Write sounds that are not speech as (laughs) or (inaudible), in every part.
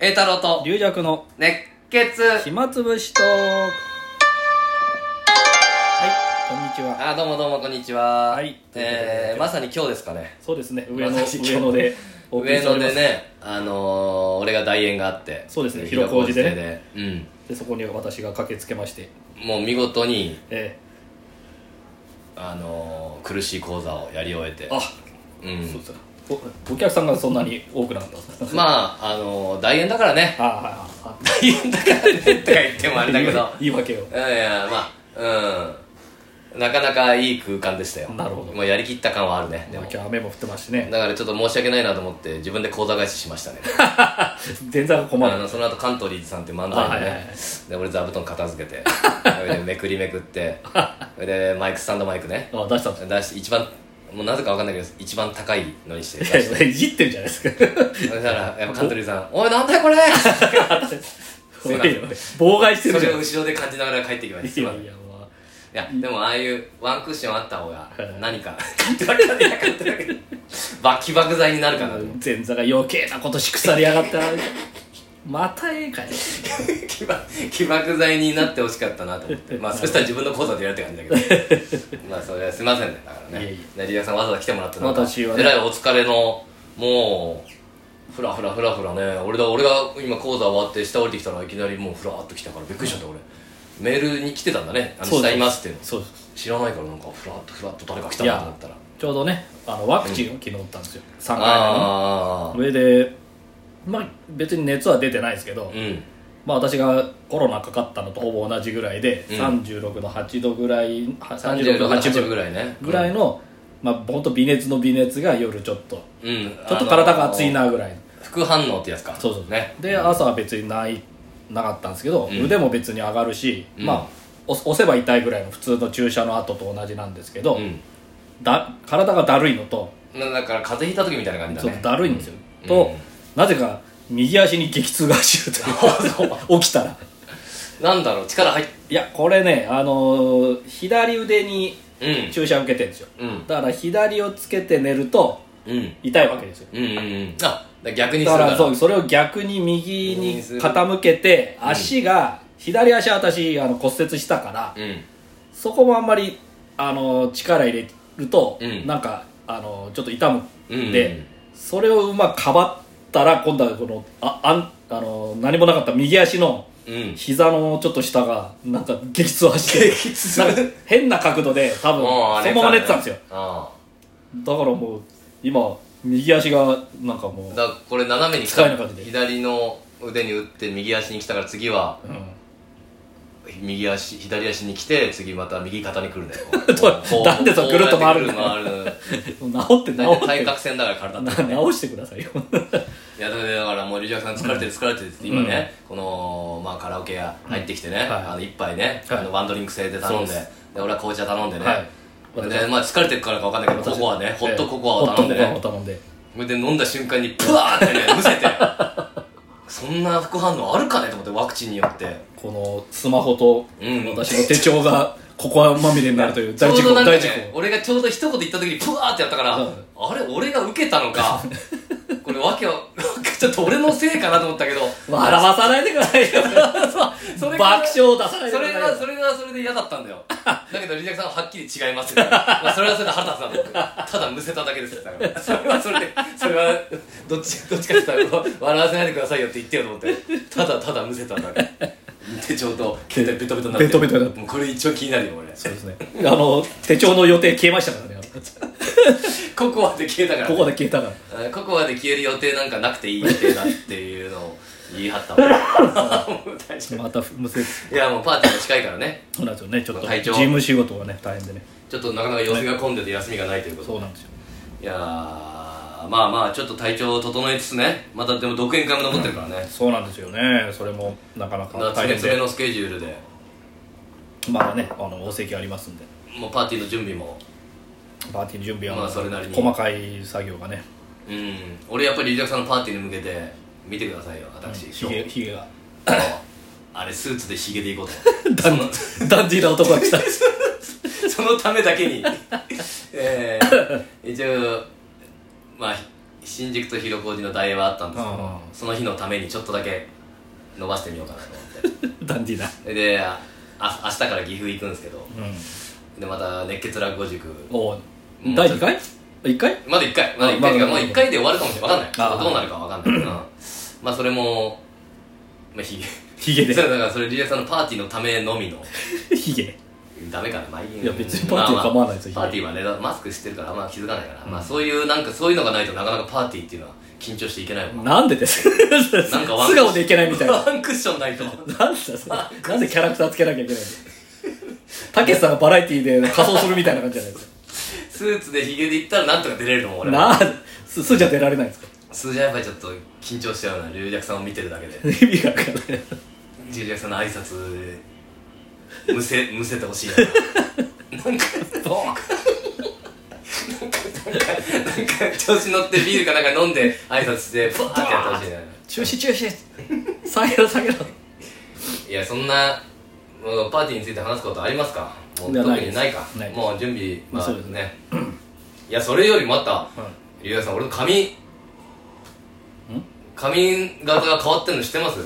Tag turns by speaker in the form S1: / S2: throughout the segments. S1: 栄太郎と
S2: 龍尺の
S1: 熱血
S2: 暇つぶしトークはいこんにちは
S1: あどうもどうもこんにちは、
S2: はい
S1: えー、まさに今日ですかね
S2: そうです
S1: (laughs)
S2: ね上野
S1: まさに
S2: 上野でお送り
S1: 上
S2: してお
S1: 野
S2: りま
S1: ですねあのー、俺が代演があって
S2: そうですね
S1: 広小路で
S2: 広小
S1: ねうん
S2: でそこに私が駆けつけまして、
S1: もう見事に、
S2: え
S1: あのー、苦しい講座をやり終えて
S2: ー、あ、
S1: うん
S2: そうですかおお客さんがそんなに多くなかったん
S1: (laughs)
S2: ですね
S1: まああのー、代演だからね (laughs)
S2: あはいはいはい
S1: 代演だからねとか言ってもあれだ
S2: (laughs)
S1: けど
S2: 言い訳を
S1: いやいやまあうんなかなかいい空間でしたよ
S2: なるほど
S1: もうやりきった感はあるねで
S2: 今
S1: も
S2: 日雨も降ってますしね
S1: だからちょっと申し訳ないなと思って自分で講座返ししましたね
S2: 全然困
S1: あ
S2: る
S1: のその後カントリーズさんっていう漫
S2: あは
S1: 才
S2: い
S1: で
S2: はいはい
S1: ねで俺座布団片付け
S2: (laughs)
S1: てそれでめくりめくってそれでマイクスタンドマイクね
S2: あ出したんです
S1: 出して一番もうなぜか分かんないけど一番高いのにして出して
S2: ね (laughs) いじってるじゃないですか
S1: (laughs) そしたらやっぱカントリーズさん「おいなんだよこれ!」
S2: おいおい (laughs) 妨害して
S1: そ
S2: るじゃ
S1: れ
S2: ん
S1: を後ろで感じながら帰ってきましたす
S2: い
S1: いま
S2: や
S1: せん
S2: い
S1: い
S2: やまあ
S1: やでもああいうワンクッションあった方が
S2: はい
S1: 何か (laughs) 買ってわけじゃなかっただけどバキバキ剤になるかなと
S2: 前座が余計なことし腐りやがったまたええかい
S1: 起爆 (laughs) 起爆剤になってほしかったなと思って
S2: (laughs)
S1: まあそしたら自分の講座でやるって感じだけどまあそれはすいませんねだから
S2: い
S1: ね
S2: えい
S1: ねリリアさんわざわざ来てもらってなんか
S2: 私はね
S1: えらいお疲れのもうふらふらふらふらね俺だ俺が今講座終わって下降りてきたらいきなりもうふらーっと来たからびっくりしちゃった俺メールに来てたんだね「あの
S2: そうで
S1: 下
S2: す
S1: います」っていうの
S2: そうです
S1: 知らないからなんかふらっとふらっと誰か来た
S2: い
S1: なと思
S2: や
S1: ったら
S2: ちょうどねあのワクチンを昨日打ったんですよ、3回目の
S1: ああ
S2: 上でまあ別に熱は出てないですけど、
S1: うん
S2: まあ私がコロナかかったのとほぼ同じぐらいで、
S1: うん
S2: 36度8度ぐらいは
S1: 36
S2: 36度
S1: 度
S2: 8
S1: 8
S2: 分
S1: 分ぐらいね
S2: ぐらいの、まあ本当微熱の微熱が夜ちょっと
S1: うん
S2: ちょっと体が熱いなぐらい、
S1: 副反応ってやつか
S2: そうそう
S1: ね
S2: で朝は別にないなかったんですけど、
S1: うん
S2: 腕も別に上がるし、
S1: うん
S2: まあ押押せば痛いぐらいの普通の注射の後と同じなんですけど、
S1: うん
S2: だ体がだるいのと
S1: なだから風邪ひいた時みたいな感じだ
S2: そう
S1: ね
S2: だるいんですよ、
S1: うん
S2: と、なぜか右足に激痛が走るという (laughs) 起きたら
S1: なんだろう力入っ
S2: いやこれねあのー左腕に
S1: うん
S2: 注射受けてるんですよ
S1: うん
S2: だから左をつけて寝ると
S1: うん
S2: 痛いわけですよ
S1: うんうんうんあだ逆にす
S2: だ
S1: るか
S2: か
S1: らら
S2: そうそれを逆に右に傾けて
S1: ん
S2: 足が左足は私あの骨折したから
S1: うん
S2: そこもあんまりあの力入れると、
S1: うん
S2: なんかあのちょっと痛むんで、
S1: うん
S2: それをうまくかばったら今度はこのああんあの何もなかった右足の
S1: うん
S2: 膝のちょっと下がなんか激痛を走って
S1: 激痛
S2: なんか変な角度で多分
S1: もうあ
S2: そ
S1: れ
S2: のまま寝てたんですよ
S1: あ
S2: だからもう今右足がなんかも
S1: あ
S2: う、
S1: だからこれ斜めに来
S2: 使えなかったで
S1: 左の腕に打って右足に来たから次は
S2: うん
S1: 右足左足に来て次また右肩に来るんだよ
S2: うなん (laughs) でそうぐるっと回るんだよ
S1: こうやってぐるっと回る
S2: (laughs) もう治って治
S1: 大体
S2: って
S1: 対角線だから体
S2: な
S1: だからね
S2: 直してくださいよ
S1: いやだからだからもうリジャクさん疲れてる疲れてるって今ね、この、まあ、カラオケ屋入ってきてね、
S2: はい
S1: あの一杯ね、
S2: はい
S1: あのワンドリンク制で頼んで
S2: そう
S1: で
S2: で
S1: 俺は紅茶頼んでね、
S2: はい
S1: でまあ、疲れてるからか分かんないけどココアねホットココアを頼んで
S2: ホッ
S1: ね
S2: トココアを頼んで
S1: それで飲んだ瞬間にプワーってねむせて (laughs) そんな副反応あるかねと思ってワクチンによって
S2: このスマホと
S1: うん
S2: 私の手帳がここはまみれになるという
S1: ちょ
S2: 大
S1: う
S2: 事
S1: ど
S2: 故
S1: なんか、
S2: 大事
S1: ね、
S2: 故
S1: 俺がちょうど一言言った時にプワーってやったから、
S2: うん
S1: あれ俺が受けたの
S2: (laughs)
S1: かこれわけはちょっと俺のせいかなと思ったけど
S2: 笑わさないでくださいよ (laughs) そ
S1: それ
S2: 爆笑を出さないで
S1: そ
S2: くだ
S1: れ
S2: さい
S1: は
S2: よ
S1: それはそれで嫌だったん (laughs) だよだけどリジャクさんははっきり違いますよ、まあ、それはそれで腹立つなと思ってただむせただけですだから (laughs) それはそれでそれはどっちどっちかって言ったら笑わせないでくださいよって言ってよと思ってただただむせただけ手帳と携帯ベトベトになって
S2: ベトベトになって
S1: もうこれ一応気になるよ俺
S2: そうですねあの手帳の予定消えましたからね
S1: ココアで消えたから、
S2: ここで消え (laughs) たから
S1: あココアで消える予定なんかなくていい予定だっていうのを言い張ったも (laughs) んもう大丈
S2: またむせそ
S1: 夫いやもうパーティーが近いからね
S2: うなんですよねちょっと
S1: 体
S2: 事
S1: 調
S2: 務仕事がね大変でね
S1: ちょっとなかなか様子が混んでて休みがないということで
S2: そうなんですよ
S1: いやーまあまあちょっと体調を整えつつねまたでも独演会も残ってるからね、
S2: そうなんですよねそれもなかなか
S1: だから
S2: 大
S1: 常
S2: 変
S1: 々
S2: で
S1: のスケジュールで
S2: まあねあのお席ありますんで
S1: もうパーティーの準備も
S2: パーティーの準備は、
S1: まあそれなりに
S2: 細かい作業がね
S1: うん俺やっぱりリジャクさんのパーティーに向けて見てくださいよ私、
S2: ひげひげが
S1: 今日あれスーツでヒゲでいこうと
S2: (laughs) ダン
S1: 思って
S2: (laughs) ダンディーな男が来た
S1: (laughs) そのそのためだけにえー、一応まあ新宿と広小路の代はあったんですけ
S2: うんうん
S1: どその日のためにちょっとだけ伸ばしてみようかなと思っ
S2: (laughs) ダンディーだ
S1: てでああ明日から岐阜行くんですけどでまた熱血落語塾
S2: お
S1: うん
S2: 第2回1回
S1: まだ1回まだ1
S2: ま
S1: 回っ
S2: だ
S1: ていうかま
S2: ま
S1: あ
S2: だ
S1: 1回で終わるかもしれない分かん
S2: あ
S1: な
S2: ー
S1: いどうなるか分かんないうんまあそれもまあひ
S2: ヒゲ
S1: (laughs)
S2: で
S1: そうだからそれリリアさんのパーティーのためのみの
S2: ヒゲ
S1: ダメかな、まあ、い
S2: いや別にパーティーは構わないですよ
S1: まあまあパーティーはねだマスクしてるからあんま気づかないから、まあそういうなんかそういうのがないとなかなかパーティーっていうのは緊張していけないもん
S2: なんでですか
S1: なんかワン
S2: 素顔でいけないみたいな
S1: ワンクッションないと
S2: なん (laughs) でだそれなんでキャラクターつけなきゃいけないのたけしさんがバラエティーで仮装するみたいな感じじゃないですか
S1: スーツでヒゲでいったらなんとか出れると思う俺は
S2: なすすじゃ出られないんですか
S1: 数字はやっぱりちょっと緊張しちゃうな龍尺さんを見てるだけで
S2: 意味がわかんない
S1: 龍尺さんの挨拶むせむせてほしいななんかなんか (laughs) 調子乗ってビールかなんか飲んで挨拶してパーってやってほしいな
S2: (laughs) 中止中止下げろ下げろ
S1: いやそんなもうパーティーについて話すことありますかもう
S2: いや
S1: 特
S2: ないで
S1: に
S2: す
S1: ないか
S2: ないです
S1: もう準備
S2: まあ
S1: まあ
S2: そうですね
S1: ねいやそれよりまた
S2: は
S1: 龍也さん俺の髪髪型が変わってるの知ってます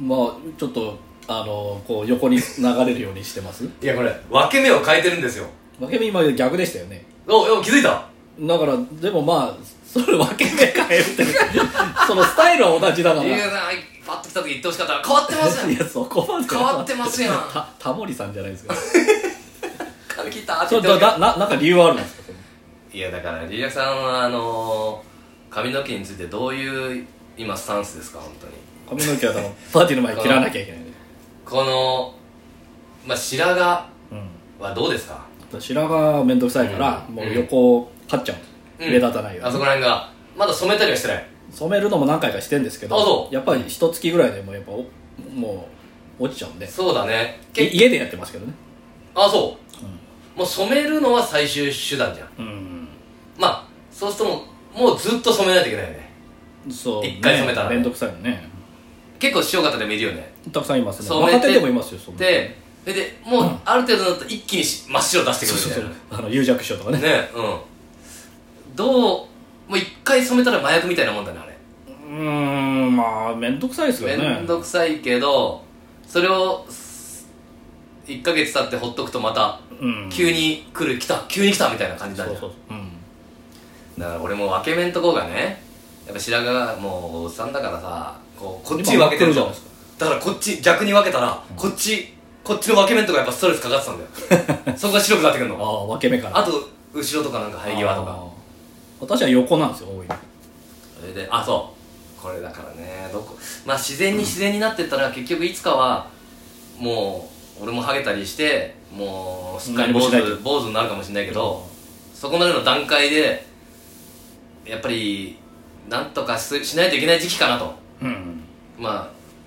S2: まあちょっとあのこう横に流れるようにしてます
S1: いやこれ分け目を変えてるんですよ
S2: 分け目今逆でしたよね
S1: おお気づいた
S2: だからでもまあそれ分け目変えるって (laughs) そのスタイルは同じだから
S1: 龍
S2: い
S1: 也
S2: や
S1: さんパッと来た時言ってほしかったら変わってます
S2: (laughs)
S1: ね
S2: そこまで
S1: 変わってますやん
S2: たタモリさんじゃないですか
S1: 髪切ったって言
S2: そ
S1: っ
S2: れ
S1: てほ
S2: だ
S1: しかっ
S2: だななんか理由はあるんですか
S1: たいやだから龍也さんはあのー髪の毛についてどういう今スタンスですか本当に
S2: 髪の毛はそのパーティーの前に切らなきゃいけない
S1: このまあ白髪
S2: う
S1: はどうですか
S2: ん白髪は面倒くさいから、
S1: うん
S2: もう横を張っちゃう、
S1: うん
S2: 目立たないよう
S1: あ
S2: に
S1: そこら辺がまだ染めたりはしてない
S2: 染めるのも何回かしてんですけど
S1: あそう
S2: やっぱり一月ぐらいでもうやっぱおもう落ちちゃうんで
S1: そうだね
S2: い
S1: け
S2: 家でやってますけどね
S1: あそう
S2: うん
S1: もう染めるのは最終手段じゃん
S2: うん
S1: まあそうするともうもうずっと染めないといけないよね
S2: そう、
S1: 一回染めたらね
S2: 面倒くさいよね
S1: 結構塩方でもいるよね
S2: たくさんいますね
S1: 染めて
S2: 若手でもいますよそんな
S1: でそれでもうある程度になったら一気にし真っ白出して
S2: そうそう
S1: く
S2: そ
S1: るみ
S2: うあの有弱症とか
S1: た
S2: ね
S1: いなねうんどうもう一回染めたら麻薬みたいなもんだねあれ
S2: うーんまあ面倒くさいですよね
S1: めんどくさいけどそれを1ヶ月経ってほっとくとまた
S2: うん
S1: 急に来る来た急に来たみたいな感じにな
S2: そう
S1: るじゃん
S2: そうそううん
S1: だから俺も分け目んとこがねやっぱ白髪がもうおっさんだからさこうこっちに分けてるじゃん
S2: 今真っ黒じゃないです
S1: だからこっち逆に分けたら、こっちこっちの分け目んとかやっぱストレスかかってた
S2: (laughs)
S1: んだよそこが白くなってくる
S2: あ
S1: の
S2: あ分け目から
S1: あと後ろとかなんか生え際とか
S2: あー私は横なんですよ多いの
S1: それであそうこれだからねどこまあ自然に自然になってったら結局いつかはもう俺もハゲたりしてもうすっかり
S2: 何
S1: 坊
S2: もしない
S1: 主坊主になるかもしれないけど、そこまでの段階でやっぱりなんとかししないといけない時期かなと、
S2: うん
S1: まあ、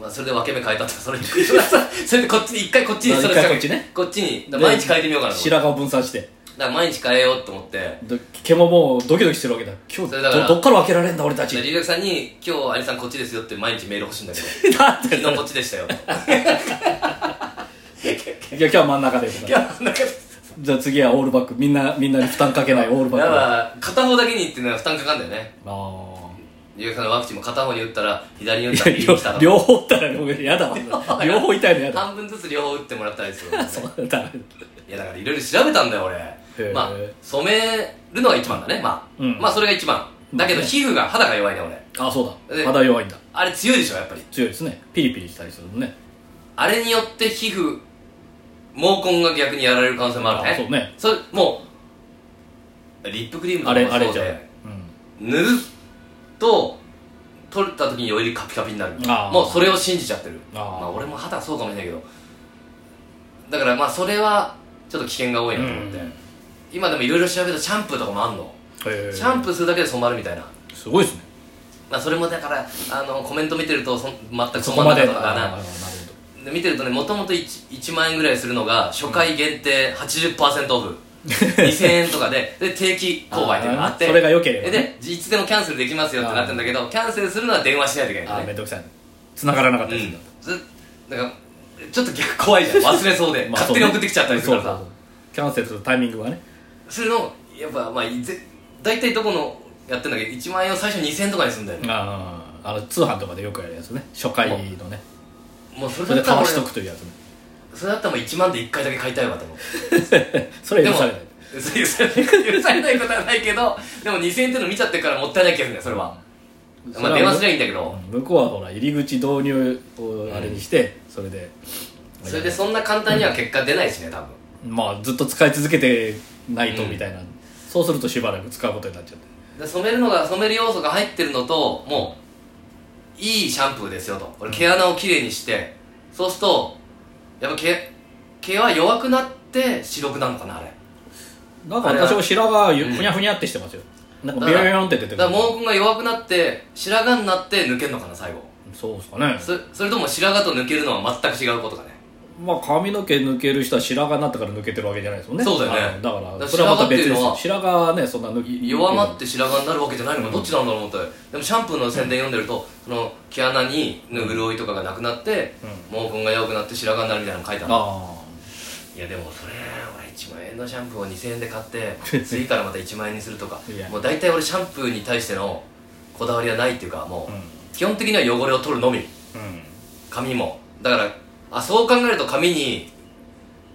S1: まあそれで分け目変えたってそれ
S2: (laughs)
S1: それでこっちに一回こっちに
S2: まあ
S1: それ
S2: 一回こっちね
S1: こっちにだから毎日変えてみようかなと思って
S2: 白髪を分散して
S1: だから毎日変えようと思って
S2: ど毛ももうドキドキしてるわけだ今
S1: そ
S2: 日
S1: れだから
S2: どどっから分けられんだ俺たち
S1: じゃあ龍角さんに「今日有さんこっちですよ」って毎日メール欲しいんだけど
S2: なん
S1: 昨
S2: で
S1: 日こっちでしたよと
S2: いや (laughs) 今日は真ん中で
S1: いやなんか
S2: じゃあ次はオールバックみんなみんなに負担かけないオールバ
S1: だか
S2: ック
S1: ら片方だけにっていうのは負担かかるんだよね
S2: あ
S1: 龍角さんのワクチンも片方に打ったら左に (laughs) 打ったら右に来た
S2: あ
S1: と
S2: 両
S1: か
S2: 方打ったらごめん
S1: (laughs)
S2: やだわ両方痛いのやだ
S1: 半分ずつ両方打ってもらったりする
S2: そうだ
S1: いやだからいろいろ調べたんだよ俺
S2: ー
S1: まあ染めるのが一番だねまあ、
S2: うん
S1: まあそれが一番だけど
S2: まあね
S1: 皮膚が肌が弱いね俺
S2: あそう
S1: で
S2: だ肌弱いんだ
S1: あれ強いでしょやっぱり
S2: 強いですねピリピリしたりするもんね
S1: あれによって皮膚毛根が逆にやられる可能性もあるね
S2: あそうね
S1: それもうリップクリームと
S2: あ
S1: か
S2: れ
S1: も
S2: あ
S1: そ
S2: れ
S1: う
S2: じゃん
S1: で塗ると取った時によりカピカピになる
S2: あー
S1: もうそれを信じちゃってる
S2: あー
S1: まあ俺も肌はそうかもしれないけどだからまあそれはちょっと危険が多いなと思って、
S2: うん
S1: 今でもいろいろ調べたシャンプーとかもあんの
S2: へえ
S1: シャンプーするだけで染まるみたいな、
S2: すごいですね
S1: まあ、それもだからあのコメント見てるとそん全く
S2: そ
S1: 染ま
S2: こま
S1: らな
S2: で
S1: かっ
S2: な
S1: たとか
S2: なる
S1: な
S2: ほ
S1: で見てるとねもともと 1, 1万円ぐらいするのが初回限定80%オフ、2000円とかでで定期購買っていうのがあって
S2: あーそれが良ければね
S1: ででいつでもキャンセルできますよってなってるんだけどキャンセルするのは電話しないといけ
S2: どあ
S1: ない
S2: ー
S1: ん
S2: め
S1: だ
S2: ん
S1: ね
S2: どくさい繋がらなかった
S1: う
S2: りするん
S1: ん
S2: だ
S1: ずなんかちょっと逆怖いじゃん忘れそうで、
S2: (laughs) まあ
S1: 勝手に送ってきちゃったりするから
S2: そう
S1: さ
S2: そうそうキャンセルするタイミングがね
S1: それのやっぱまあいぜ大体どこのやってんだけど1万円を最初2000円とかにすんだよね、
S2: あああの通販とかでよくやるやつね初回のね
S1: もうそれだ
S2: それ
S1: った
S2: でからわ
S1: 俺
S2: しとくというやつね
S1: それだったらもう1万で1回だけ買いたいわと思う
S2: それは許されない
S1: 許されない許されないことはないけどでも2000円っての見ちゃってるからもったいない気がするんだよそれは、
S2: それ
S1: ま
S2: は
S1: あ電話すりゃいいんだけど、
S2: うん向こうはほら入り口導入をあれにして、それで
S1: それでそんな簡単には結果出ないしね多分
S2: まあずっと使い続けてないと
S1: うん
S2: みたいな、そうするとしばらく使うことになっちゃって
S1: で染めるのが染める要素が入ってるのともういいシャンプーですよと俺毛穴をきれいにしてそうするとやっぱ毛毛は弱くなって白くなるのかなあれ
S2: なんか私も白髪ふにゃふにゃってしてますよ、なんかビヨヨンって出て
S1: だ
S2: く
S1: から
S2: る
S1: 毛根が弱くなって白髪になって抜けるのかな最後
S2: そうですかね
S1: そそれとも白髪と抜けるのは全く違うことかね
S2: まあ髪の毛抜ける人は白髪になったから抜けてるわけじゃないですもんね
S1: そうだよね
S2: あのだ
S1: だ
S2: か
S1: からら
S2: それはまた別ですよ
S1: 白
S2: 白髪はねそんな抜き
S1: 弱まって白髪になるわけじゃないのかどっちなんだろうと思ってでもシャンプーの宣伝読んでるとその毛穴にの潤いとかがなくなって毛根が弱くなって白髪になるみたいなの書いてある
S2: あ
S1: いやでもそれ俺1万円のシャンプーを2000円で買って
S2: (laughs)
S1: 次からまた1万円にするとか
S2: いや
S1: もう大体俺シャンプーに対してのこだわりはないっていうかも
S2: あうん
S1: う基本的には汚れを取るのみ
S2: うん
S1: 髪もだからあそう考えると髪に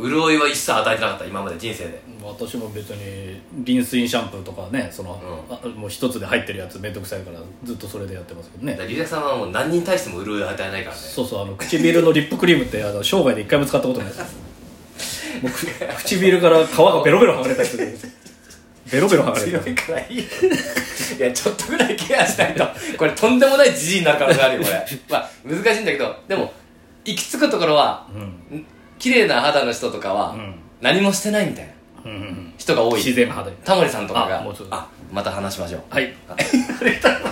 S1: 潤いは一切与えてなかった今まで人生で
S2: 私も別にリンスインシャンプーとかねその、あもう一つで入ってるやつめんどくさいからずっとそれでやってますけど
S1: だか
S2: ね
S1: らリュウジャクさんはもう何に対しても潤いを与えないからね
S2: そうそうあの唇のリップクリームってあの生涯で一回も使ったことないですもうく唇から皮がベロベロ剥がれたりするベロベロ剥がれたりす
S1: 強い
S2: る
S1: からいいよいやちょっとぐらいケアしないとこれとんでもないじじいになる可能性あるよこれまあ難しいんだけどでも行き着くところは
S2: うん
S1: ん綺麗な肌の人とかは、
S2: うん
S1: 何もしてないみたいな
S2: うんうんうん
S1: 人が多い
S2: 自然派で
S1: タモリさんとかが
S2: あもうちょっと
S1: あまた話しましょう
S2: はい
S1: あ